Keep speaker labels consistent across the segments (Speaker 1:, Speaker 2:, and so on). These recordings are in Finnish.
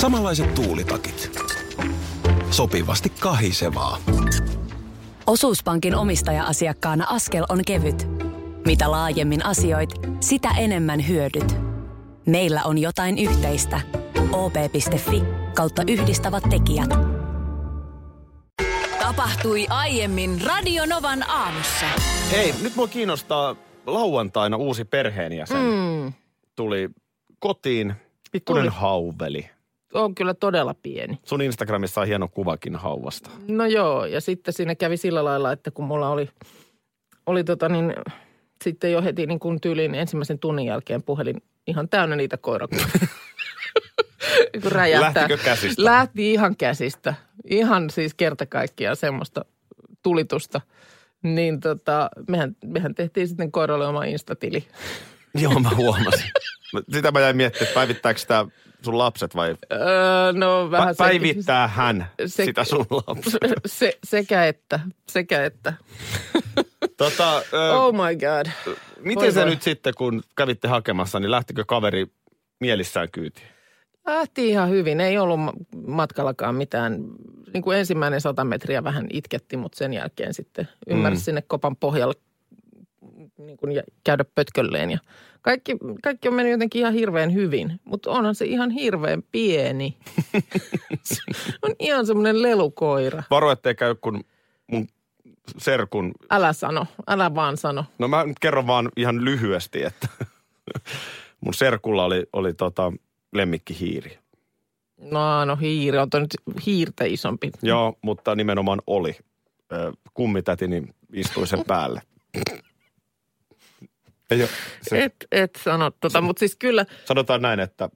Speaker 1: Samanlaiset tuulitakit. Sopivasti kahisevaa.
Speaker 2: Osuuspankin omistaja-asiakkaana askel on kevyt. Mitä laajemmin asioit, sitä enemmän hyödyt. Meillä on jotain yhteistä. op.fi kautta yhdistävät tekijät. Tapahtui aiemmin Radionovan aamussa.
Speaker 3: Hei, nyt mua kiinnostaa lauantaina uusi perheenjäsen.
Speaker 4: Mm,
Speaker 3: Tuli kotiin pikkuinen
Speaker 4: Tuli.
Speaker 3: hauveli.
Speaker 4: on kyllä todella pieni.
Speaker 3: Sun Instagramissa on hieno kuvakin hauvasta.
Speaker 4: No joo, ja sitten siinä kävi sillä lailla, että kun mulla oli, oli tota niin, sitten jo heti niin kuin tyylin ensimmäisen tunnin jälkeen puhelin ihan täynnä niitä koirakuvia. kun räjähtää.
Speaker 3: Lähtikö käsistä?
Speaker 4: Lähti ihan käsistä. Ihan siis kerta kaikkiaan semmoista tulitusta. Niin tota, mehän, mehän tehtiin sitten koiralle oma instatili.
Speaker 3: Joo, mä huomasin. Sitä mä jäin miettimään, että päivittääkö sitä sun lapset vai
Speaker 4: Öö, no vähän
Speaker 3: Pä- päivittää hän
Speaker 4: se-
Speaker 3: sitä sun lapset.
Speaker 4: Se, se, sekä että, sekä että.
Speaker 3: Tota, ö,
Speaker 4: Oh my god. voi
Speaker 3: miten se
Speaker 4: voi.
Speaker 3: nyt sitten, kun kävitte hakemassa, niin lähtikö kaveri mielissään kyytiin?
Speaker 4: Lähti ihan hyvin. Ei ollut ma- matkallakaan mitään. Niin kuin ensimmäinen sata metriä vähän itketti, mutta sen jälkeen sitten ymmärsi
Speaker 3: Mm.
Speaker 4: mm. sinne kopan pohjalle niin kuin jä- käydä pötkölleen. Ja kaikki, kaikki on mennyt jotenkin ihan hirveän hyvin, mutta onhan se ihan hirveän pieni. Se on ihan semmoinen lelukoira.
Speaker 3: Varo, ettei käy kun mun serkun
Speaker 4: Älä sano, älä vaan sano.
Speaker 3: No mä nyt kerron vaan ihan lyhyesti, että mun serkulla oli, oli tota lemmikkihiiri.
Speaker 4: No, no hiiri, on toi nyt hiirtä isompi.
Speaker 3: Joo, mutta nimenomaan oli. Ö, Kummitätini istui sen päälle. Ei oo- se,
Speaker 4: Et, et sano tota, mutta siis kyllä
Speaker 3: sanotaan näin, että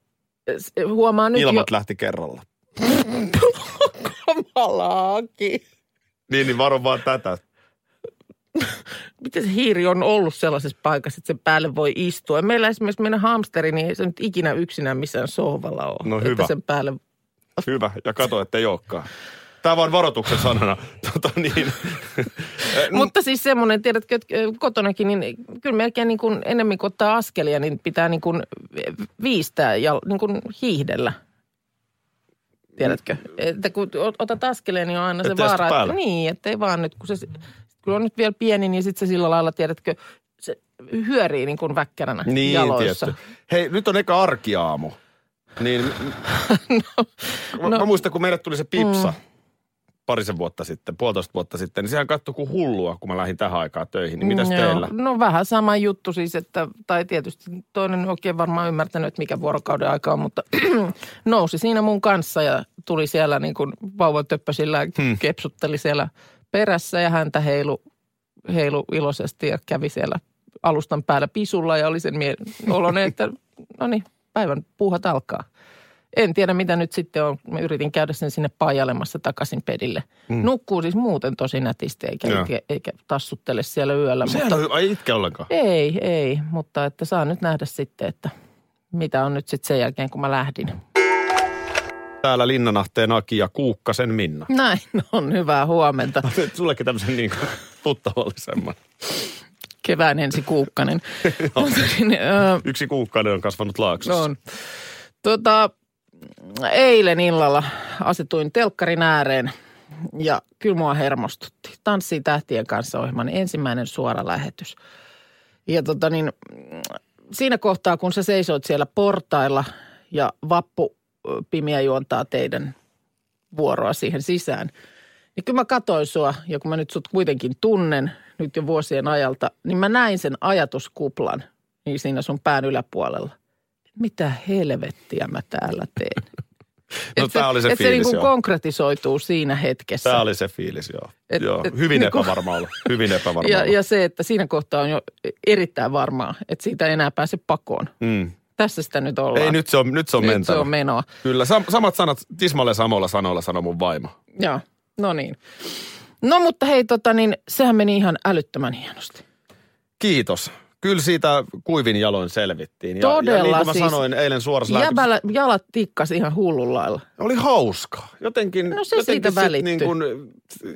Speaker 4: s- huomaa nyt
Speaker 3: ilmat lähti kerralla.
Speaker 4: jo kamalaakin.
Speaker 3: Niin, niin varo vaan tätä.
Speaker 4: miten se hiiri on ollut sellaisessa paikassa, että sen päälle voi istua? Meillä esimerkiksi meidän hamsteri, niin ei se nyt ikinä yksinään missään sohvalla ole.
Speaker 3: No
Speaker 4: että
Speaker 3: hyvä.
Speaker 4: sen päälle...
Speaker 3: Hyvä, ja kato, ettei olekaan. Tämä vaan varoituksen sanana. Tota niin. Ö,
Speaker 4: Mutta siis semmoinen, tiedätkö, että kotonakin, niin kyllä melkein niin kuin enemmän kuin ottaa askelia, niin pitää niin kuin viistää ja niin kuin hiihdellä. Tiedätkö? Että kun o- otat askeleen, niin on aina se
Speaker 3: Ettei astu
Speaker 4: vaara.
Speaker 3: päälle.
Speaker 4: Että, niin, ettei vaan nyt, kun se kun on nyt vielä pieni, niin sitten se sillä lailla, tiedätkö, se hyörii niin kuin väkkäränä
Speaker 3: Niin,
Speaker 4: jaloissa.
Speaker 3: tietty. Hei, nyt on eka arkiaamu. Niin, no, mä,
Speaker 4: no.
Speaker 3: mä muistan, kun meille tuli se pipsa mm. parisen vuotta sitten, puolitoista vuotta sitten, niin sehän katsoi kuin hullua, kun mä lähdin tähän aikaan töihin. Niin mitäs
Speaker 4: Joo.
Speaker 3: teillä?
Speaker 4: No vähän sama juttu siis, että, tai tietysti toinen oikein varmaan ymmärtänyt, että mikä vuorokauden aika on, mutta nousi siinä mun kanssa ja tuli siellä niin kuin vauva töppäsillä hmm. kepsutteli siellä perässä ja häntä heilu, heilu iloisesti ja kävi siellä alustan päällä pisulla ja oli sen mie- oloinen, että no niin, päivän puuhat alkaa. En tiedä, mitä nyt sitten on. Mä yritin käydä sen sinne paajalemassa takaisin pedille. Mm. Nukkuu siis muuten tosi nätisti, eikä,
Speaker 3: Joo.
Speaker 4: eikä, eikä tassuttele siellä yöllä.
Speaker 3: Sehän on, ei itke ollenkaan.
Speaker 4: Ei, ei, mutta että saa nyt nähdä sitten, että mitä on nyt sitten sen jälkeen, kun mä lähdin.
Speaker 3: Täällä Linnanahteen Aki ja Kuukkasen Minna.
Speaker 4: Näin on, hyvää huomenta.
Speaker 3: Nyt Sullekin tämmöisen niin kuin tuttavallisemman.
Speaker 4: Kevään ensi kuukkanen. Mutta niin, ö,
Speaker 3: Yksi kuukkainen on kasvanut laaksossa.
Speaker 4: No on. Tota, eilen illalla asetuin telkkarin ääreen ja kyllä mua hermostutti. Tanssii tähtien kanssa ohjelman ensimmäinen suora lähetys. Ja tota niin, siinä kohtaa, kun sä seisoit siellä portailla ja vappu ö, pimiä juontaa teidän vuoroa siihen sisään, niin kyllä mä katsoin sua, ja kun mä nyt sut kuitenkin tunnen nyt jo vuosien ajalta, niin mä näin sen ajatuskuplan niin siinä sun pään yläpuolella. Mitä helvettiä mä täällä teen?
Speaker 3: No
Speaker 4: Et
Speaker 3: tää oli se
Speaker 4: et se
Speaker 3: fiilis,
Speaker 4: niinku
Speaker 3: joo.
Speaker 4: konkretisoituu siinä hetkessä.
Speaker 3: Tämä oli se fiilis, joo.
Speaker 4: Et-
Speaker 3: joo.
Speaker 4: et
Speaker 3: Hyvin
Speaker 4: niinku-
Speaker 3: epävarma olla. Hyvin epävarma
Speaker 4: ja,
Speaker 3: olla.
Speaker 4: ja se, että siinä kohtaa on jo erittäin varmaa, että siitä ei enää pääse pakoon.
Speaker 3: Mm.
Speaker 4: Tässä sitä nyt ollaan.
Speaker 3: Ei, nyt se on, nyt se on
Speaker 4: nyt
Speaker 3: mentävä.
Speaker 4: se on menoa.
Speaker 3: Kyllä, sam- samat sanat, tismalleen samoilla sanoilla sanoi mun vaimo.
Speaker 4: Joo, no niin. No mutta hei, tota niin, sehän meni ihan älyttömän hienosti.
Speaker 3: Kiitos. Kyllä siitä kuivin jaloin selvittiin. Ja, ja
Speaker 4: Todella
Speaker 3: niin kuin mä
Speaker 4: siis.
Speaker 3: sanoin eilen suorassa lähetyksessä,
Speaker 4: Jäbälä, jalat tikkas ihan hullun lailla.
Speaker 3: oli hauska. Jotenkin,
Speaker 4: No se
Speaker 3: jotenkin
Speaker 4: siitä
Speaker 3: sit
Speaker 4: välittyi.
Speaker 3: Niin kuin,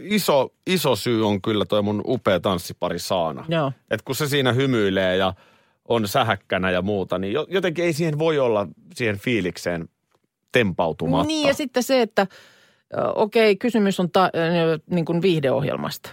Speaker 3: iso, iso syy on kyllä toi mun upea tanssipari Saana.
Speaker 4: Joo.
Speaker 3: Et kun se siinä hymyilee ja on sähäkkänä ja muuta, niin jo- jotenkin ei siihen voi olla siihen fiilikseen tempautumatta.
Speaker 4: Niin ja sitten se, että ö, okei, kysymys on ta- ö, niin kuin viihdeohjelmasta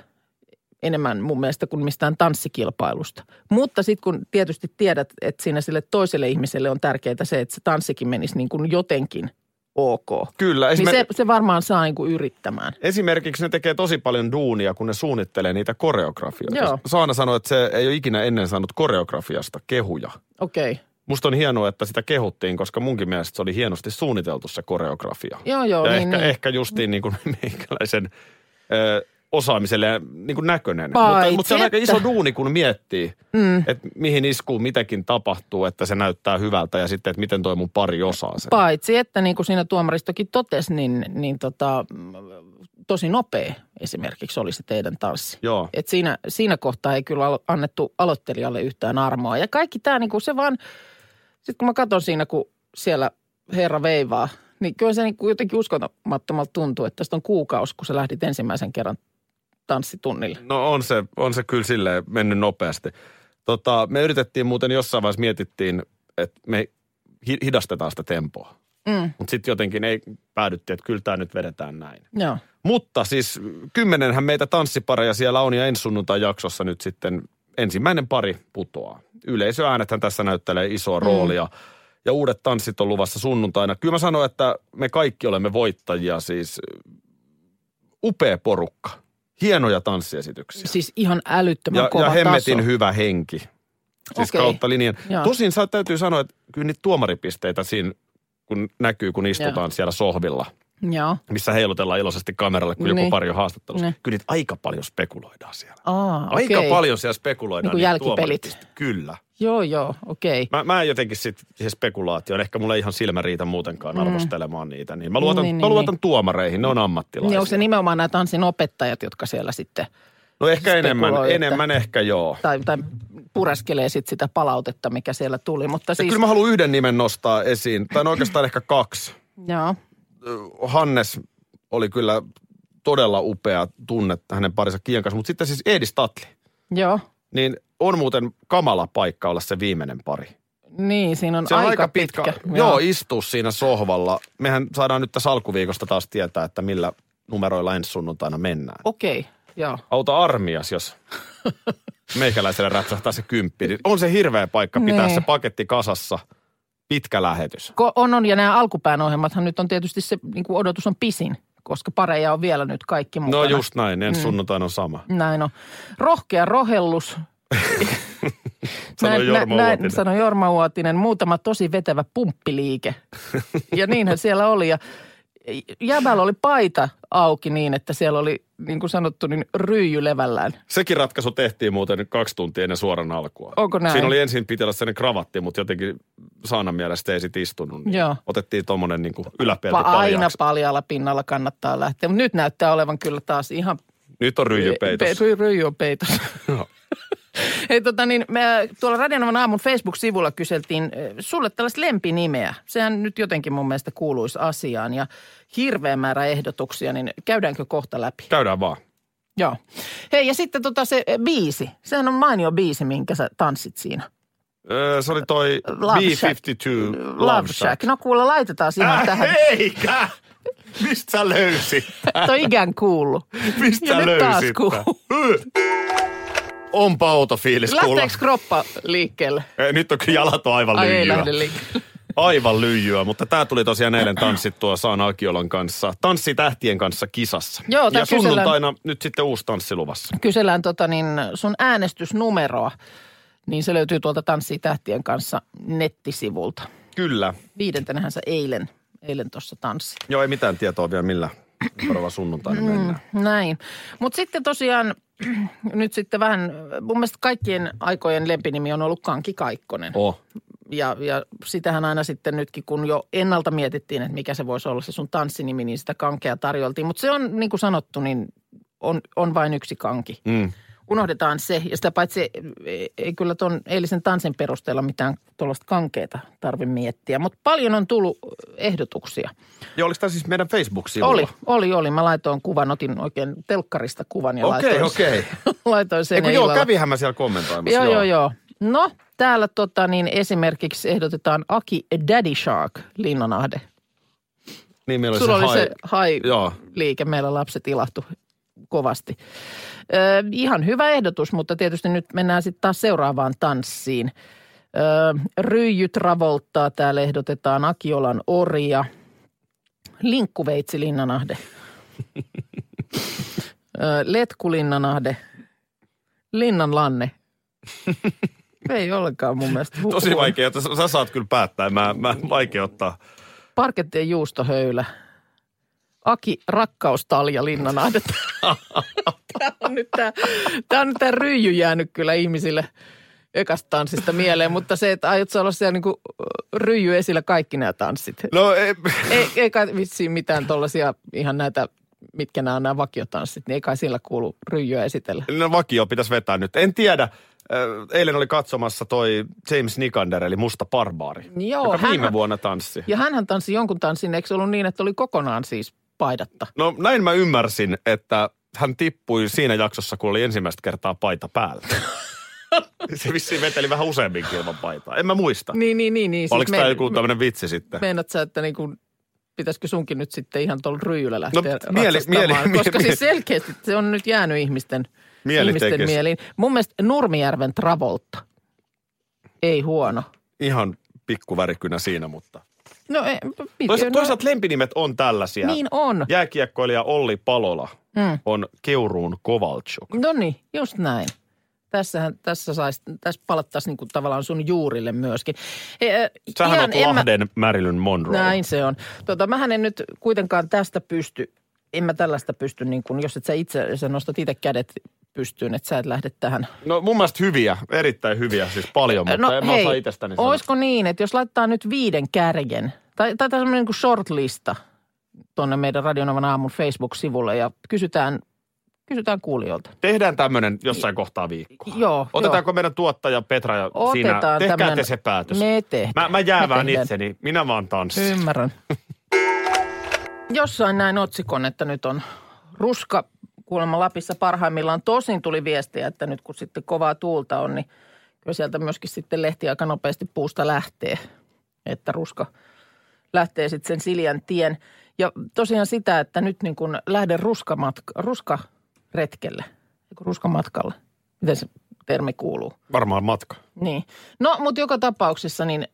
Speaker 4: enemmän mun mielestä kuin mistään tanssikilpailusta. Mutta sitten kun tietysti tiedät, että siinä sille toiselle ihmiselle on tärkeää se, että se tanssikin menisi niin kuin jotenkin ok.
Speaker 3: Kyllä.
Speaker 4: Niin
Speaker 3: esimer-
Speaker 4: se, se varmaan saa niin kuin yrittämään.
Speaker 3: Esimerkiksi ne tekee tosi paljon duunia, kun ne suunnittelee niitä koreografioita.
Speaker 4: Joo.
Speaker 3: Saana sanoi, että se ei ole ikinä ennen saanut koreografiasta kehuja.
Speaker 4: Okei.
Speaker 3: Musta on hienoa, että sitä kehuttiin, koska munkin mielestä se oli hienosti suunniteltu se koreografia.
Speaker 4: Joo, joo,
Speaker 3: ja
Speaker 4: niin,
Speaker 3: ehkä,
Speaker 4: niin.
Speaker 3: ehkä justiin niin kuin meikäläisen ö, osaamiselle ja niin kuin näköinen.
Speaker 4: Paitsi
Speaker 3: mutta, mutta se on aika
Speaker 4: että-
Speaker 3: iso duuni, kun miettii, mm. että mihin iskuu mitäkin tapahtuu, että se näyttää hyvältä ja sitten, että miten toi mun pari osaa sen.
Speaker 4: Paitsi, että niin kuin siinä tuomaristokin totesi, niin, niin tota, mm, tosi nopea esimerkiksi oli se teidän tanssi.
Speaker 3: Joo.
Speaker 4: Et siinä, siinä kohtaa ei kyllä alo- annettu aloittelijalle yhtään armoa. Ja kaikki tämä, niin kuin se vaan, sitten kun mä katson siinä, kun siellä herra veivaa, niin kyllä se niin kuin jotenkin uskomattomalta tuntuu, että tästä on kuukausi, kun sä lähdit ensimmäisen kerran tanssitunnille.
Speaker 3: No on se, on se kyllä silleen mennyt nopeasti. Tota, me yritettiin muuten jossain vaiheessa mietittiin, että me hi- hidastetaan sitä tempoa.
Speaker 4: Mm,
Speaker 3: Mutta sitten jotenkin ei päädyttiin, että kyllä tämä nyt vedetään näin.
Speaker 4: joo.
Speaker 3: Mutta siis kymmenenhän meitä tanssipareja siellä on ja ensi sunnuntai jaksossa nyt sitten ensimmäinen pari putoaa. Yleisöäänethän tässä näyttelee isoa roolia ja uudet tanssit on luvassa sunnuntaina. Kyllä mä sanon, että me kaikki olemme voittajia siis. Upea porukka, hienoja tanssiesityksiä
Speaker 4: Siis ihan älyttömän
Speaker 3: ja,
Speaker 4: kova
Speaker 3: ja hemmetin
Speaker 4: taso.
Speaker 3: hyvä henki. Siis
Speaker 4: Okei.
Speaker 3: okay. kautta linjan.
Speaker 4: Joo.
Speaker 3: Tosin saa täytyy sanoa, että kyllä niitä tuomaripisteitä siinä kun näkyy, kun istutaan siellä sohvilla,
Speaker 4: Joo.
Speaker 3: missä heilutellaan iloisesti kameralle, kun joku
Speaker 4: Niin.
Speaker 3: pari on haastattelussa.
Speaker 4: Niin.
Speaker 3: Kyllä niitä aika paljon spekuloidaan siellä.
Speaker 4: Aa,
Speaker 3: Aika
Speaker 4: okei.
Speaker 3: paljon siellä spekuloidaan.
Speaker 4: Niin kuin
Speaker 3: niitä
Speaker 4: jälkipelit.
Speaker 3: tuomaripiste- Kyllä.
Speaker 4: Joo, joo, okei.
Speaker 3: Mä, mä en jotenkin sit siihen spekulaatioon, ehkä mulla ei ihan silmä riitä muutenkaan mm. arvostelemaan niitä. Niin mä luotan,
Speaker 4: Niin,
Speaker 3: niin,
Speaker 4: niin,
Speaker 3: mä luotan
Speaker 4: niin.
Speaker 3: tuomareihin, ne on
Speaker 4: Niin
Speaker 3: ammattilaisia.
Speaker 4: onko se nimenomaan nämä tanssin opettajat, jotka siellä sitten,
Speaker 3: no ehkä enemmän,
Speaker 4: spekuloi, että-
Speaker 3: enemmän ehkä joo.
Speaker 4: tai, tai pureskelee sitten sitä palautetta, mikä siellä tuli. Mutta
Speaker 3: Ja
Speaker 4: siis,
Speaker 3: kyllä mä haluan yhden nimen nostaa esiin, tai no oikeastaan ehkä kaksi.
Speaker 4: joo,
Speaker 3: Hannes oli kyllä todella upea tunne hänen parissa Kian kanssa, mutta sitten siis Eedi Statli,
Speaker 4: joo,
Speaker 3: niin on muuten kamala paikka olla se viimeinen pari.
Speaker 4: niin siinä on,
Speaker 3: Se
Speaker 4: aika, pitkä.
Speaker 3: Joo, istuu siinä sohvalla. Mehän saadaan nyt tässä alkuviikosta taas tietää, että millä numeroilla ensi sunnuntaina mennään.
Speaker 4: Okei, joo.
Speaker 3: Auta armias, jos meikäläiselle rätsähtää se kymppi. Niin On se hirveä paikka pitää
Speaker 4: Nee.
Speaker 3: se paketti kasassa. Pitkä lähetys.
Speaker 4: Ko- On, on, ja nämä alkupään ohjelmathan nyt on tietysti se, niin kuin odotus on pisin, koska pareja on vielä nyt kaikki
Speaker 3: No
Speaker 4: mukana. Mm.
Speaker 3: just näin, ensi sunnuntaina on sama.
Speaker 4: Näin on. Rohkea rohellus.
Speaker 3: Sanoi Jorma Uotinen.
Speaker 4: Sanoi Jorma Uotinen. Muutama tosi vetävä pumppiliike. ja niinhän siellä oli. Ja jäbällä oli paita auki niin, että siellä oli niin kuin sanottu, niin ryijy levällään.
Speaker 3: Sekin ratkaisu tehtiin muuten kaksi tuntia ennen suoran alkua.
Speaker 4: Onko näin?
Speaker 3: Siinä oli ensin piti olla sellainen kravatti, mutta jotenkin Saanan mielestä ei sit istunut. Niin
Speaker 4: Joo.
Speaker 3: Otettiin tuommoinen niin yläpelti
Speaker 4: Va- aina
Speaker 3: paljaksi.
Speaker 4: paljalla pinnalla kannattaa lähteä. Mutta nyt näyttää olevan kyllä taas ihan
Speaker 3: Nyt on ryijypeitos.
Speaker 4: Pe- ryijy on peitossa.
Speaker 3: Joo.
Speaker 4: Hei, tota niin, me, tuolla Radionavan aamun Facebook-sivulla kyseltiin eh, sulle tällaista lempinimeä. Sehän nyt jotenkin mun mielestä kuuluisi asiaan ja hirveä määrä ehdotuksia, niin käydäänkö kohta läpi?
Speaker 3: Käydään vaan.
Speaker 4: Joo. Hei, ja sitten tota se eh, biisi. Sehän on mainio biisi, minkä sä tanssit siinä.
Speaker 3: Öö, se oli toi
Speaker 4: Love
Speaker 3: B-52 Love,
Speaker 4: Love Shack.
Speaker 3: Shack.
Speaker 4: No kuule, laitetaan siihen
Speaker 3: Äh,
Speaker 4: tähän.
Speaker 3: Eikä! Mistä sä löysit?
Speaker 4: Toi ikään kuullut.
Speaker 3: Mistä
Speaker 4: Ja
Speaker 3: sä
Speaker 4: nyt taas
Speaker 3: löysit? tän?
Speaker 4: kuuluu.
Speaker 3: Onpa outo fiilis kuulla.
Speaker 4: Lähteekö kroppa liikkeelle?
Speaker 3: Ei, Nyt on kyllä jalat on aivan
Speaker 4: Ai ei
Speaker 3: lyijyä.
Speaker 4: lähde liikkeelle.
Speaker 3: Aivan lyijyä, mutta tämä tuli tosiaan eilen tanssittua Saan Akiolan kanssa. Tanssi tähtien kanssa kisassa.
Speaker 4: Joo, tää
Speaker 3: ja
Speaker 4: kysellään-
Speaker 3: sunnuntaina nyt sitten uusi tanssiluvassa.
Speaker 4: kysellään tota niin, sun äänestysnumeroa, niin se löytyy tuolta Tanssii tähtien kanssa nettisivulta.
Speaker 3: Kyllä.
Speaker 4: Viidentenähän sä eilen, eilen tuossa tanssi.
Speaker 3: Joo, ei mitään tietoa vielä millä seuraava
Speaker 4: Mm.
Speaker 3: sunnuntaina mennään.
Speaker 4: Näin. Mutta sitten tosiaan, nyt sitten vähän, mun mielestä kaikkien aikojen lempinimi on ollut Kanki Kaikkonen.
Speaker 3: Oh.
Speaker 4: Ja, ja sitähän aina sitten nytkin, kun jo ennalta mietittiin, että mikä se voisi olla se sun tanssinimi, niin sitä kankea tarjoltiin. Mutta se on, niin kuin sanottu, niin on, on vain yksi kanki.
Speaker 3: Mm.
Speaker 4: unohdetaan se. Ja sitä paitsi ei- ei kyllä tuon eilisen tanssin perusteella mitään tuollaista kankeita tarvi miettiä. Mutta paljon on tullut eh, ehdotuksia.
Speaker 3: Ja oliko tämä siis meidän Facebook-sivulla?
Speaker 4: Oli, oli, oli. Mä laitoin kuvan, otin oikein telkkarista kuvan ja
Speaker 3: Okei,
Speaker 4: laitoin,
Speaker 3: okei.
Speaker 4: laitoin sen
Speaker 3: Ei kun joo,
Speaker 4: illalla.
Speaker 3: kävihän mä siellä kommentoimassa.
Speaker 4: Joo, joo, joo. No, täällä tota, niin esimerkiksi ehdotetaan Aki Daddy Shark, Linnanahde.
Speaker 3: Niin meillä oli
Speaker 4: Sulla
Speaker 3: se,
Speaker 4: oli
Speaker 3: hai...
Speaker 4: se hai
Speaker 3: Joo.
Speaker 4: liike, meillä lapset ilahtu kovasti. Ö, ihan hyvä ehdotus, mutta tietysti nyt mennään sitten taas seuraavaan tanssiin. Ö, Ryijyt ravolttaa, täällä ehdotetaan Akiolan oria. Linkkuveitsi Linnanahde. Ö, Letku Linnanahde. Linnan Lanne. Ei ollenkaan mun mielestä. Hu-
Speaker 3: Tosi vaikea, että sä, sä saat kyllä päättää, mä, mä vaikea ottaa.
Speaker 4: Parkettien juustohöylä. Aki Rakkaustalja Linnanahde. Tämä on nyt tämä, tämä on nyt tämä ryijy jäänyt kyllä ihmisille ekasta tanssista mieleen, mutta se, että aiot sä olla siellä niin kuin ryijy esillä kaikki nämä tanssit.
Speaker 3: No ei,
Speaker 4: Ei, ei kai vissiin mitään tuollaisia ihan näitä, mitkä nämä on nämä vakiotanssit, niin ei kai sillä kuulu ryijyä esitellä.
Speaker 3: no vakio pitäisi vetää nyt. En tiedä, Ö, eilen oli katsomassa toi James Nikander, eli Musta Barbaari,
Speaker 4: Joo,
Speaker 3: joka viime
Speaker 4: hän-
Speaker 3: vuonna tanssi.
Speaker 4: Ja hänhän tanssi jonkun tanssin, eikö se ollut niin, että oli kokonaan siis paidatta?
Speaker 3: No näin mä ymmärsin, että hän tippui siinä jaksossa, kun oli ensimmäistä kertaa paita päällä. se vissiin veteli vähän useamminkin ilman paitaa. En mä muista.
Speaker 4: Niin, niin, niin. niin.
Speaker 3: Oliko
Speaker 4: Siis
Speaker 3: tämä
Speaker 4: me-
Speaker 3: joku tämmöinen vitsi sitten?
Speaker 4: Meinaat sä, että niin kuin, pitäisikö sunkin nyt sitten ihan tuolla ryijyllä lähteä
Speaker 3: No,
Speaker 4: no,
Speaker 3: mieli- mieli- mieli-
Speaker 4: Koska siis selkeästi se on nyt jäänyt ihmisten,
Speaker 3: Mieli
Speaker 4: ihmisten
Speaker 3: tekis.
Speaker 4: mieliin. Mun mielestä Nurmijärven Travolta. Ei huono.
Speaker 3: Ihan pikkuvärikynä siinä, mutta...
Speaker 4: No, ei, mit-
Speaker 3: Toisaalta,
Speaker 4: no,
Speaker 3: toisaalta lempinimet on tällaisia.
Speaker 4: Niin on.
Speaker 3: Jääkiekkoilija Olli Palola
Speaker 4: Mm.
Speaker 3: on Keuruun Kovalchuk.
Speaker 4: No niin, just näin. Tässähän, tässä, sais, tässä palattaisiin niinku tavallaan sun juurille myöskin. E, äh,
Speaker 3: Sähän
Speaker 4: ihan
Speaker 3: on
Speaker 4: en mä-
Speaker 3: Lahden Marilyn Monroe.
Speaker 4: Näin se on. Tota, mähän en nyt kuitenkaan tästä pysty, en mä tällaista pysty, niin kun, jos et sä itse, sä nostat itse kädet pystyyn, että sä et lähde tähän.
Speaker 3: No mun mielestä hyviä, erittäin hyviä, siis paljon, mutta en mä osaa itsestäni sanoa.
Speaker 4: No, olisiko niin, että jos laittaa nyt viiden kärjen, tai, tai tämmöinen niin kuin shortlista tuonne meidän Radionavan aamun Facebook-sivulle ja kysytään, kysytään kuulijoilta.
Speaker 3: Tehdään tämmöinen jossain kohtaa viikkoa.
Speaker 4: Joo,
Speaker 3: Otetaanko meidän tuottaja Petra ja siinä,
Speaker 4: Otetaan
Speaker 3: tehkää
Speaker 4: tämmönen-
Speaker 3: te se päätös.
Speaker 4: Me tehdään.
Speaker 3: Mä, mä jäävään
Speaker 4: Me tehdään.
Speaker 3: itseni, minä vaan tanssin.
Speaker 4: Ymmärrän. Jossain näin otsikon, että nyt on ruska kuulemma Lapissa parhaimmillaan. Tosin tuli viestiä, että nyt kun sitten kovaa tuulta on, niin kyllä sieltä myöskin sitten lehti aika nopeasti puusta lähtee. Että ruska lähtee sitten sen Siljan tien. Ja tosiaan sitä, että nyt niin kun lähden ruskamatka, ruskaretkelle, eiku ruskamatkalle. Miten se termi kuuluu?
Speaker 3: Varmaan matka.
Speaker 4: Niin. No, mutta joka tapauksessa, niin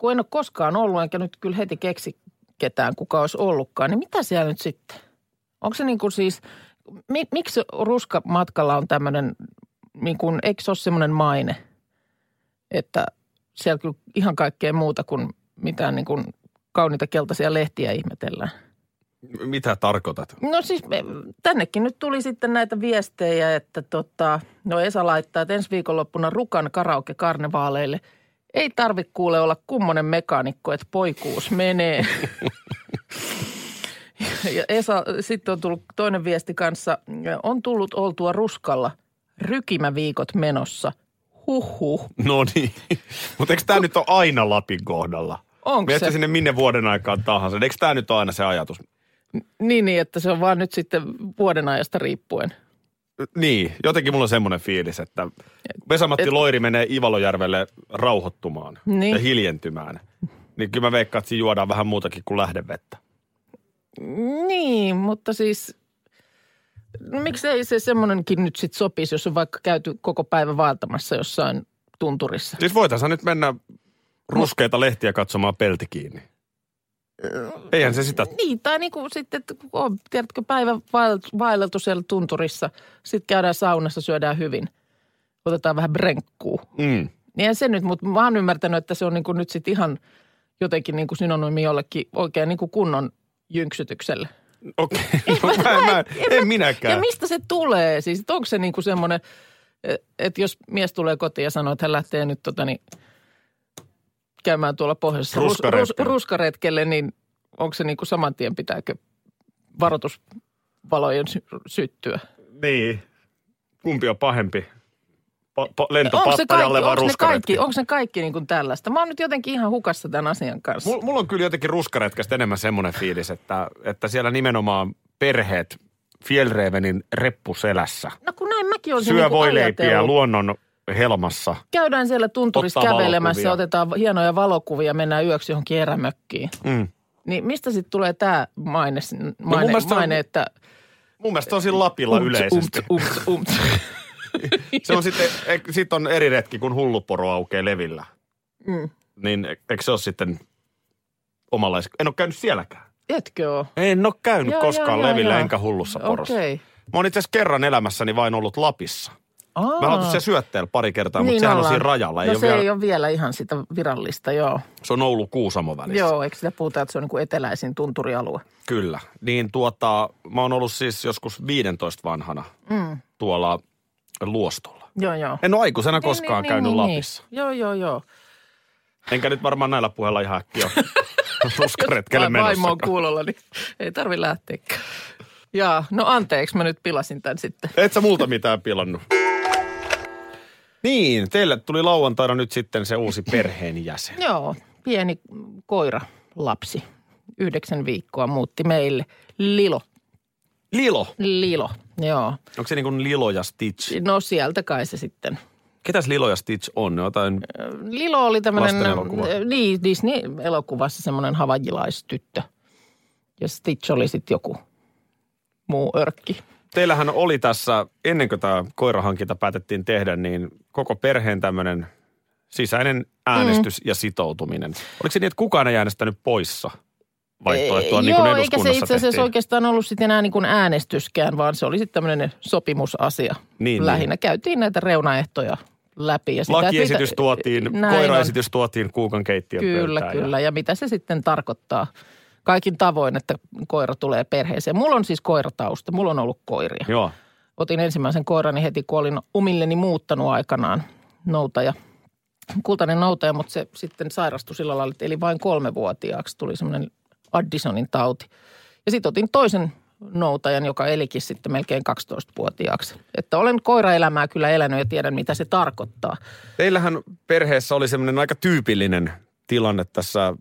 Speaker 4: kun en ole koskaan ollut, enkä nyt kyllä heti keksi ketään, kuka olisi ollutkaan, niin mitä siellä nyt sitten? Onko se niin kuin siis, mi, miksi ruska matkalla on tämmöinen, niin kuin, eikö se ole semmoinen maine, että siellä kyllä ihan kaikkea muuta kuin mitään niin kuin kauniita keltaisia lehtiä ihmetellään?
Speaker 3: M- Mitä tarkoitat?
Speaker 4: No siis me- tännekin nyt tuli sitten näitä viestejä, että tota, no Esa laittaa, että ensi viikonloppuna Rukan karaoke karnevaaleille. Ei tarvi kuule olla kummonen mekaanikko, että poikuus menee. ja Esa, sitten on tullut toinen viesti kanssa. On tullut oltua ruskalla. Rykimäviikot menossa. Huhhuh.
Speaker 3: No niin. Mutta eikö tämä nyt ole aina Lapin kohdalla?
Speaker 4: Onko
Speaker 3: Mietitkö
Speaker 4: se?
Speaker 3: sinne minne vuoden aikaan tahansa. Eikö tämä nyt ole aina se ajatus?
Speaker 4: Niin, niin, että se on vaan nyt sitten vuoden ajasta riippuen.
Speaker 3: Niin, jotenkin mulla on semmoinen fiilis, että Vesamatti
Speaker 4: et-
Speaker 3: Loiri menee Ivalojärvelle rauhoittumaan
Speaker 4: Niin.
Speaker 3: ja hiljentymään. Niin kyllä mä veikkaan, että siinä juodaan vähän muutakin kuin lähdevettä.
Speaker 4: Niin, mutta siis no miksei se semmoinenkin nyt sitten sopisi, jos on vaikka käyty koko päivä vaeltamassa jossain tunturissa.
Speaker 3: Siis voitaisiin nyt mennä ruskeita lehtiä katsomaan pelti kiinni. Eihän se sitä...
Speaker 4: Niin, tai niin kuin sitten, että kun on, tiedätkö, päivä vael- vaelleltu siellä tunturissa, sitten käydään saunassa, syödään hyvin, otetaan vähän brenkkuu.
Speaker 3: Mm.
Speaker 4: Niin ei se nyt, mutta mä oon ymmärtänyt, että se on niin kuin nyt sitten ihan jotenkin niin kuin synonyymi jollekin oikein niin kuin kunnon jynksytykselle.
Speaker 3: Okei, okay. no, mä, mä, en, en
Speaker 4: Ja
Speaker 3: minäkään.
Speaker 4: mistä se tulee? Siis että onko se niinku semmoinen, että jos mies tulee kotiin ja sanoo, että hän lähtee nyt tota niin, käymään tuolla pohjoisessa rus-
Speaker 3: Ruskaretkelle.
Speaker 4: rus- ruskaretkelle, niin onko se niinku saman tien pitääkö varoitusvalojen sy- syttyä?
Speaker 3: Niin. Kumpi on pahempi? Pa, pa,
Speaker 4: Onko se
Speaker 3: lentopattajalle
Speaker 4: kaikki,
Speaker 3: vai
Speaker 4: onko ne
Speaker 3: ruskaretki?
Speaker 4: kaikki, onko ne kaikki niinku tällaista? Mä oon nyt jotenkin ihan hukassa tämän asian kanssa.
Speaker 3: Mulla, mulla on kyllä jotenkin ruskaretkästä enemmän semmoinen fiilis, että, että siellä nimenomaan perheet Fjellrevenin reppuselässä
Speaker 4: no kun näin mäkin olen
Speaker 3: syö
Speaker 4: niinku
Speaker 3: voileipiä
Speaker 4: ajatellut.
Speaker 3: luonnon helmassa.
Speaker 4: Käydään siellä tunturissa
Speaker 3: Ottaa
Speaker 4: kävelemässä,
Speaker 3: valokuvia.
Speaker 4: otetaan hienoja valokuvia, mennään yöksi johonkin erämökkiin.
Speaker 3: Mm.
Speaker 4: Niin mistä sitten tulee tämä maine, maine,
Speaker 3: No mun
Speaker 4: maine,
Speaker 3: mielestä on-
Speaker 4: maine että
Speaker 3: Mun mielestä se on siinä Lapilla yleisesti.
Speaker 4: umts, umts, umts.
Speaker 3: Se on sitten, e- sit on eri retki, kun hulluporo aukeaa levillä.
Speaker 4: Mm.
Speaker 3: Niin e- eikö se ole sitten omanlais... En ole käynyt sielläkään.
Speaker 4: Etkö oo?
Speaker 3: En ole käynyt
Speaker 4: Joo,
Speaker 3: koskaan
Speaker 4: joo, joo,
Speaker 3: levillä
Speaker 4: joo.
Speaker 3: enkä hullussa porossa. Okay.
Speaker 4: Okei. Okay.
Speaker 3: Mä oon itse asiassa kerran elämässäni vain ollut Lapissa. Mä oon ollut siellä syötteellä pari kertaa, mutta sehän on siinä rajalla. Ei
Speaker 4: no
Speaker 3: ole
Speaker 4: se
Speaker 3: vielä,
Speaker 4: ei ole vielä ihan sitä virallista, joo.
Speaker 3: Se on Oulu-Kuusamo välissä.
Speaker 4: Joo, eikö sitä puhuta, että se on niin kuin eteläisin tunturialue?
Speaker 3: Kyllä. Niin tuota, mä oon ollut siis joskus 15 vanhana mm. tuolla luostolla.
Speaker 4: Joo, joo.
Speaker 3: En ole aikuisena koskaan käynyt Lapissa.
Speaker 4: Niin. Joo, joo, joo.
Speaker 3: Enkä nyt varmaan näillä puheilla ihan äkkiä ole ruskaretkelle
Speaker 4: Vai vaimo on
Speaker 3: menossa.
Speaker 4: kuulolla, niin ei tarvi lähteäkään. Jaa, no anteeksi, mä nyt pilasin tämän sitten.
Speaker 3: Et sä multa mitään pilannut. Niin, teille tuli lauantaina nyt sitten se uusi perheenjäsen.
Speaker 4: Joo, pieni koira, lapsi. Yhdeksän viikkoa muutti meille. Lilo. Niin.
Speaker 3: Lilo.
Speaker 4: Lilo, joo.
Speaker 3: Onko se niin kuin Lilo ja Stitch?
Speaker 4: No sieltä kai se sitten. äh,
Speaker 3: Ketäs Lilo ja Stitch on? Ne on Jotain...
Speaker 4: Lilo oli tämmöinen,
Speaker 3: Lasten elokuva.
Speaker 4: niin, Disney-elokuvassa semmoinen havajilaistyttö. Ja Stitch oli sitten joku muu örkki.
Speaker 3: Teillähän oli tässä, ennen kuin tämä koirahankinta päätettiin tehdä, niin koko perheen tämmöinen sisäinen äänestys mm. ja sitoutuminen. Oliko se niin, että kukaan ei äänestänyt poissa vaihtoehtoa,
Speaker 4: Ei,
Speaker 3: niin kuin
Speaker 4: Joo, eikä se
Speaker 3: eduskunnassa
Speaker 4: itse asiassa
Speaker 3: tehtiin?
Speaker 4: oikeastaan ollut sitten enää niin kuin äänestyskään, vaan se oli sitten tämmöinen sopimusasia.
Speaker 3: Niin,
Speaker 4: Lähinnä käytiin näitä reunaehtoja läpi. Ja sitä, että mitä-
Speaker 3: Lakiesitys tuotiin,
Speaker 4: Näin on.
Speaker 3: koiraesitys tuotiin kuukan keittiön
Speaker 4: Kyllä,
Speaker 3: pöytään. ja-
Speaker 4: kyllä. Ja mitä se sitten tarkoittaa kaikin tavoin, että koira tulee perheeseen. Mulla on siis koiratausta, mulla on ollut koiria.
Speaker 3: Joo.
Speaker 4: Otin ensimmäisen koirani heti, kun olin omilleni muuttanut aikanaan noutaja. Kultainen noutaja, mutta se sitten sairastui sillä lailla, että eli vain kolmevuotiaaksi tuli semmoinen Addisonin tauti. Ja sitten otin toisen noutajan, joka elikin sitten melkein 12-vuotiaaksi. Että olen koiraelämää kyllä elänyt ja tiedän, mitä se tarkoittaa.
Speaker 3: Teillähän perheessä oli semmoinen aika tyypillinen tilanne tässä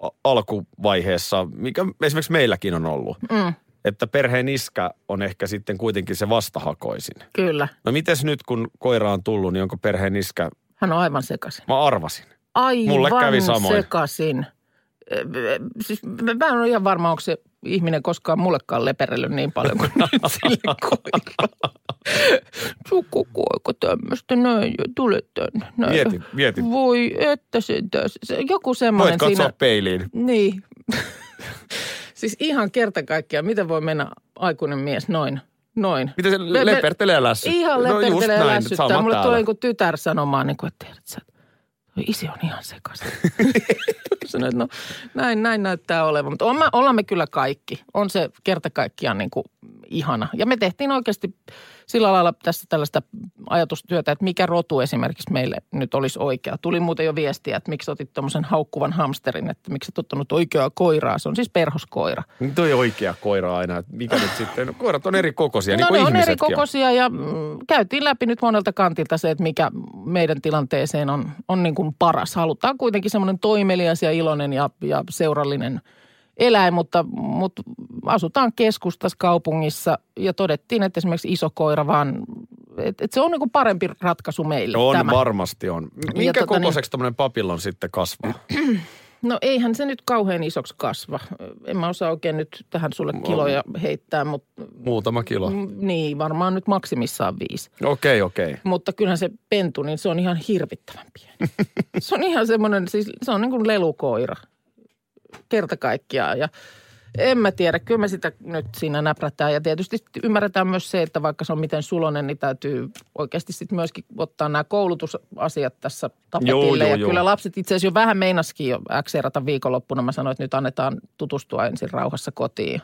Speaker 3: a- alkuvaiheessa, mikä esimerkiksi meilläkin on ollut. Mm. Että perheen iskä on ehkä sitten kuitenkin se vastahakoisin.
Speaker 4: Kyllä,
Speaker 3: No mites nyt, kun koira on tullut, niin onko perheen iskä?
Speaker 4: hän on aivan sekaisin.
Speaker 3: Mä arvasin.
Speaker 4: Aivan
Speaker 3: Mulle kävi samoin.
Speaker 4: sekaisin. Ö, ö, Siis mä mä en ole ihan varma, onko se ihminen koskaan mullekaan leperellyt niin paljon kuin nyt sille koiralle. Sukukoiko tämmöistä näin ja tule tänne. Näin.
Speaker 3: Mieti, mieti.
Speaker 4: Voi että sentään. se tässä. Joku
Speaker 3: Voit
Speaker 4: semmoinen
Speaker 3: katsoa
Speaker 4: mm, siinä.
Speaker 3: peiliin.
Speaker 4: Niin. siis ihan kerta kaikkiaan, miten voi mennä aikuinen mies noin, noin.
Speaker 3: Miten se
Speaker 4: Me- me-
Speaker 3: lepertelee lässyt?
Speaker 4: Ihan
Speaker 3: no just
Speaker 4: lepertelee no,
Speaker 3: näin, sama
Speaker 4: lässyttää. Mulle
Speaker 3: täällä.
Speaker 4: tulee joku tytär sanomaan, niin kuin, että tiedät sä, että isi on ihan sekaisin. Sanoin, että no näin, näin näyttää olevan. Mutta olemme, olemme kyllä kaikki. On se kerta kaikkiaan niin kuin ihana. Ja me tehtiin oikeasti sillä lailla tässä tällaista ajatustyötä, että mikä rotu esimerkiksi meille nyt olisi oikea. Tuli muuten jo viestiä, että miksi otit tuommoisen haukkuvan hamsterin, että miksi et ottanut oikeaa koiraa. Se on siis perhoskoira.
Speaker 3: Niin toi oikea koira aina, että mikä nyt sitten. No, koirat on eri kokoisia, niin
Speaker 4: no
Speaker 3: kuin
Speaker 4: ne on eri
Speaker 3: ihmisetkin on.
Speaker 4: kokoisia ja mm, käytiin läpi nyt monelta kantilta se, että mikä meidän tilanteeseen on, on niin kuin paras. Halutaan kuitenkin semmoinen toimelias ja iloinen ja, ja seurallinen eläin, mutta, mutta asutaan keskustassa kaupungissa ja todettiin, että esimerkiksi iso koira vaan, että et se on niin kuin parempi ratkaisu meille
Speaker 3: On,
Speaker 4: tämä.
Speaker 3: varmasti on.
Speaker 4: Ja
Speaker 3: Minkä
Speaker 4: tota niin-
Speaker 3: kokoiseksi tämmöinen papillon sitten kasvaa?
Speaker 4: No eihän se nyt kauhean isoksi kasva. En mä osaa oikein nyt tähän sulle kiloja heittää, mutta
Speaker 3: Muutama kilo.
Speaker 4: mm, niin varmaan nyt maksimissaan viisi.
Speaker 3: Okei, okei.
Speaker 4: Mutta kyllähän se pentu, niin se on ihan hirvittävän pieni. Se on ihan semmoinen, siis se on niin kuin lelukoira. Kerta kaikkiaan. Ja en mä tiedä, kyllä me sitä nyt siinä näprätään. Ja tietysti ymmärretään myös se, että vaikka se on miten sulonen, niin täytyy oikeasti sitten myöskin ottaa nämä koulutusasiat tässä tapetille.
Speaker 3: Joo, joo,
Speaker 4: ja
Speaker 3: joo.
Speaker 4: kyllä lapset itse asiassa jo vähän meinaskin jo äkseerata viikonloppuna. Mä sanoin, että nyt annetaan tutustua ensin rauhassa kotiin.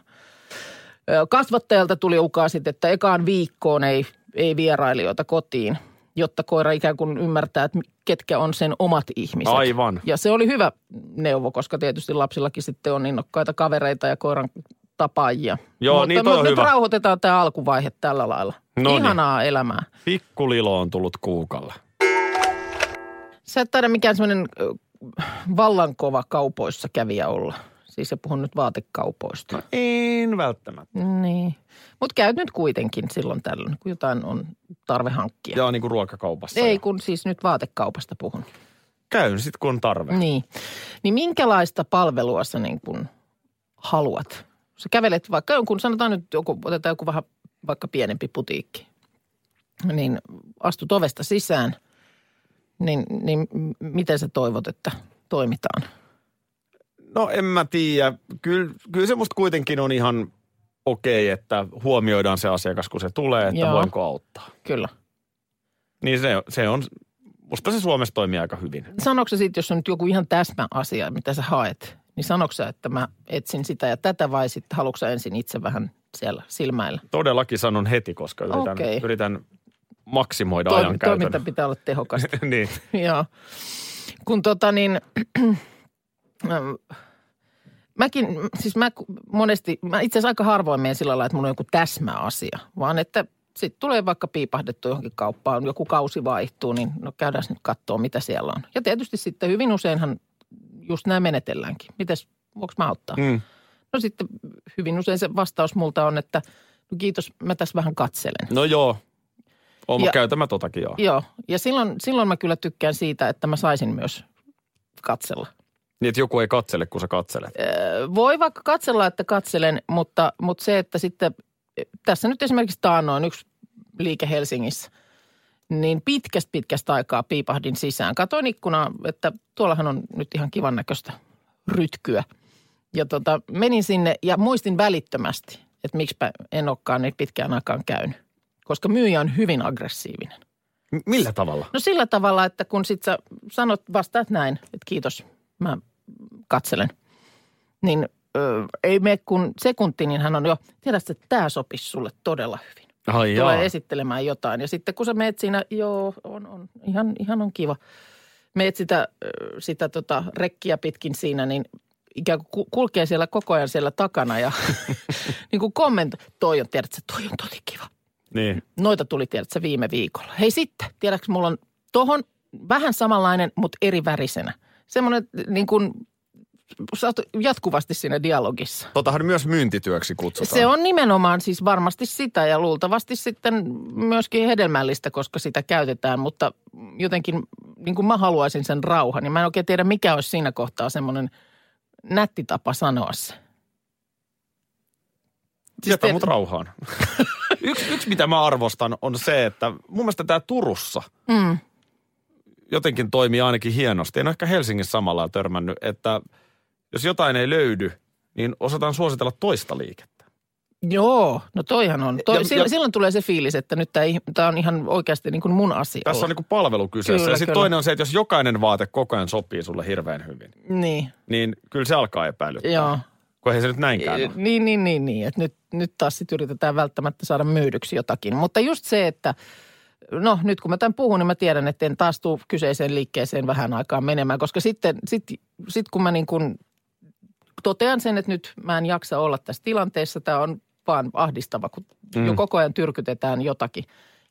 Speaker 4: Ö, Kasvattajalta tuli ukaa sitten, että ekaan viikkoon ei, ei vierailijoita kotiin, jotta koira ikään kuin ymmärtää, että ketkä on sen omat ihmiset.
Speaker 3: Aivan.
Speaker 4: Ja se oli hyvä neuvo, koska tietysti lapsillakin sitten on innokkaita kavereita ja koiran tapaajia.
Speaker 3: Joo,
Speaker 4: mutta,
Speaker 3: niin toi
Speaker 4: mutta
Speaker 3: on
Speaker 4: nyt
Speaker 3: hyvä.
Speaker 4: rauhoitetaan tämä alkuvaihe tällä lailla.
Speaker 3: No niin.
Speaker 4: Ihanaa elämää.
Speaker 3: Pikkulilo on tullut kuukalle.
Speaker 4: Sä et taida mikään semmoinen vallankova kaupoissa kävijä olla. Siis se puhun nyt vaatekaupoista.
Speaker 3: En välttämättä.
Speaker 4: Niin. Mutta käyt nyt kuitenkin silloin tällöin, kun jotain on tarve hankkia.
Speaker 3: Joo, niin kuin niinku ruokakaupassa.
Speaker 4: Ei, kun siis nyt vaatekaupasta puhun.
Speaker 3: käyn sitten, kun on tarve.
Speaker 4: Niin. Niin minkälaista palvelua sä niin kuin haluat? Sä kävelet vaikka jonkun, sanotaan nyt joku, otetaan joku vähän vaikka pienempi putiikki. Niin astut ovesta sisään, niin, niin m- miten sä toivot, että toimitaan?
Speaker 3: No en mä tiedä. Kyllä, kyllä se musta kuitenkin on ihan okei, että huomioidaan se asiakas, kun se tulee, että
Speaker 4: Joo.
Speaker 3: Joo. voinko auttaa.
Speaker 4: Kyllä.
Speaker 3: Niin se, se on, musta se Suomessa toimii aika hyvin.
Speaker 4: Sanoiko sä sitten, jos on nyt joku ihan täsmä asia, mitä sä haet, niin sanoiko sä, että mä etsin sitä ja tätä vai sitten haluatko sä ensin itse vähän siellä silmäillä?
Speaker 3: Todellakin sanon heti, koska yritän,
Speaker 4: Okei.
Speaker 3: yritän maksimoida
Speaker 4: Toimi- toiminta
Speaker 3: ajankäytön.
Speaker 4: pitää olla tehokasta.
Speaker 3: niin.
Speaker 4: Joo. Kun tota niin, äm, mäkin, siis mä ku- monesti, mä itse asiassa aika harvoin menen sillä lailla, että mulla on joku täsmäasia, vaan että sitten tulee vaikka piipahdettu johonkin kauppaan, joku kausi vaihtuu, niin no käydään nyt katsoa, mitä siellä on. Ja tietysti sitten hyvin useinhan just näin menetelläänkin. Mites, voinko mä auttaa?
Speaker 3: Mm.
Speaker 4: No sitten hyvin usein se vastaus multa on, että no kiitos, mä tässä vähän katselen.
Speaker 3: No joo, oon mä
Speaker 4: Ja-
Speaker 3: käytän mä totakin joo.
Speaker 4: Joo, ja silloin, silloin mä kyllä tykkään siitä, että mä saisin myös katsella.
Speaker 3: Niin, että joku ei katsele, kun sä katselet.
Speaker 4: Öö, Voi vaikka katsella, että katselen, mutta, mutta se, että sitten e, tässä nyt esimerkiksi taannoin yksi liike Helsingissä, niin pitkästä pitkästä aikaa piipahdin sisään. Katoin ikkunaa, että tuollahan on nyt ihan kivan näköistä rytkyä. Ja tota, menin sinne ja muistin välittömästi, että miksipä en olekaan niin pitkään aikaan käynyt. Koska myyjä on hyvin aggressiivinen.
Speaker 3: M- millä tavalla?
Speaker 4: No sillä tavalla, että kun sit sä sanot, vastaat näin, että kiitos, mä katselen. Niin ö, ei mene kun sekunti, niin hän on jo, tiedätkö, että tämä sopisi sulle todella hyvin.
Speaker 3: Ai jaa.
Speaker 4: Tulee esittelemään jotain. Ja sitten kun sä meet siinä, joo, on, on, ihan, ihan on kiva. Meet sitä, ö, sitä tota, rekkiä pitkin siinä, niin ikään kuin ku- kulkee siellä koko ajan siellä takana ja niin kuin kommentoi. Toi on, tiedätkö, toi on tosi kiva.
Speaker 3: Niin.
Speaker 4: Noita tuli, tiedätkö, viime viikolla. Hei sitten, tiedätkö, mulla on tohon vähän samanlainen, mutta eri värisenä. Semmoinen niin kuin, sä oot jatkuvasti siinä dialogissa.
Speaker 3: Totahan myös myyntityöksi kutsutaan.
Speaker 4: Se on nimenomaan siis varmasti sitä ja luultavasti sitten myöskin hedelmällistä, koska sitä käytetään, mutta jotenkin niin kuin mä haluaisin sen rauhan, niin mä en oikein tiedä mikä olisi siinä kohtaa semmoinen nätti tapa sanoa se.
Speaker 3: Jätä
Speaker 4: te-
Speaker 3: mut rauhaan. Siis yksi, yksi, mitä mä arvostan, on se, että mun mielestä tämä Turussa
Speaker 4: Mm.
Speaker 3: jotenkin toimii ainakin hienosti. En ole ehkä Helsingissä samalla törmännyt, että jos jotain ei löydy, niin osataan suositella toista liikettä.
Speaker 4: Joo, no toihan on. Toi,
Speaker 3: Ja-
Speaker 4: ja, silloin,
Speaker 3: ja-
Speaker 4: ja, silloin tulee se fiilis, että nyt tämä on ihan oikeasti niin kuin mun asia.
Speaker 3: Tässä on niinku palvelu kyseessä.
Speaker 4: Kyllä,
Speaker 3: ja sitten
Speaker 4: kyllä.
Speaker 3: toinen on se, että jos jokainen vaate koko ajan sopii sulle hirveän hyvin,
Speaker 4: niin, niin
Speaker 3: niin kyllä se alkaa epäilyttää.
Speaker 4: joo.
Speaker 3: Kun ei se nyt näinkään ole.
Speaker 4: Niin, niin, niin, niin. Et nyt, nyt taas sit yritetään välttämättä saada myydyksi jotakin. Mutta just se, että no nyt kun mä tämän puhun, niin mä tiedän, että en taas tuu kyseiseen liikkeeseen vähän aikaa menemään. Koska sitten sit, sit kun mä niin kun totean sen, että nyt mä en jaksa olla tässä tilanteessa, tämä on vaan ahdistava, kun mm. jo koko ajan tyrkytetään jotakin.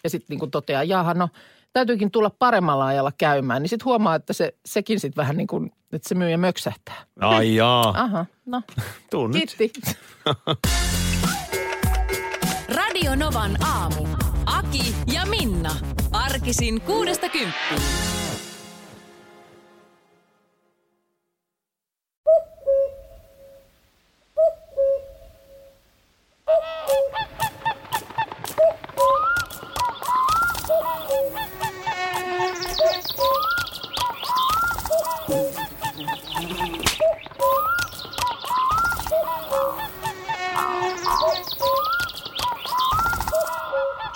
Speaker 4: Ja sitten niin toteaa, jaha no täytyykin tulla paremmalla ajalla käymään, niin sitten huomaa, että se, sekin sitten vähän niin kuin, että se myyjä möksähtää.
Speaker 3: Ai jaa.
Speaker 4: Aha, no,
Speaker 3: Tuu nyt.
Speaker 4: kiitti.
Speaker 2: Radio Novan aamu. Aki ja Minna. Arkisin kuudesta kymppiin.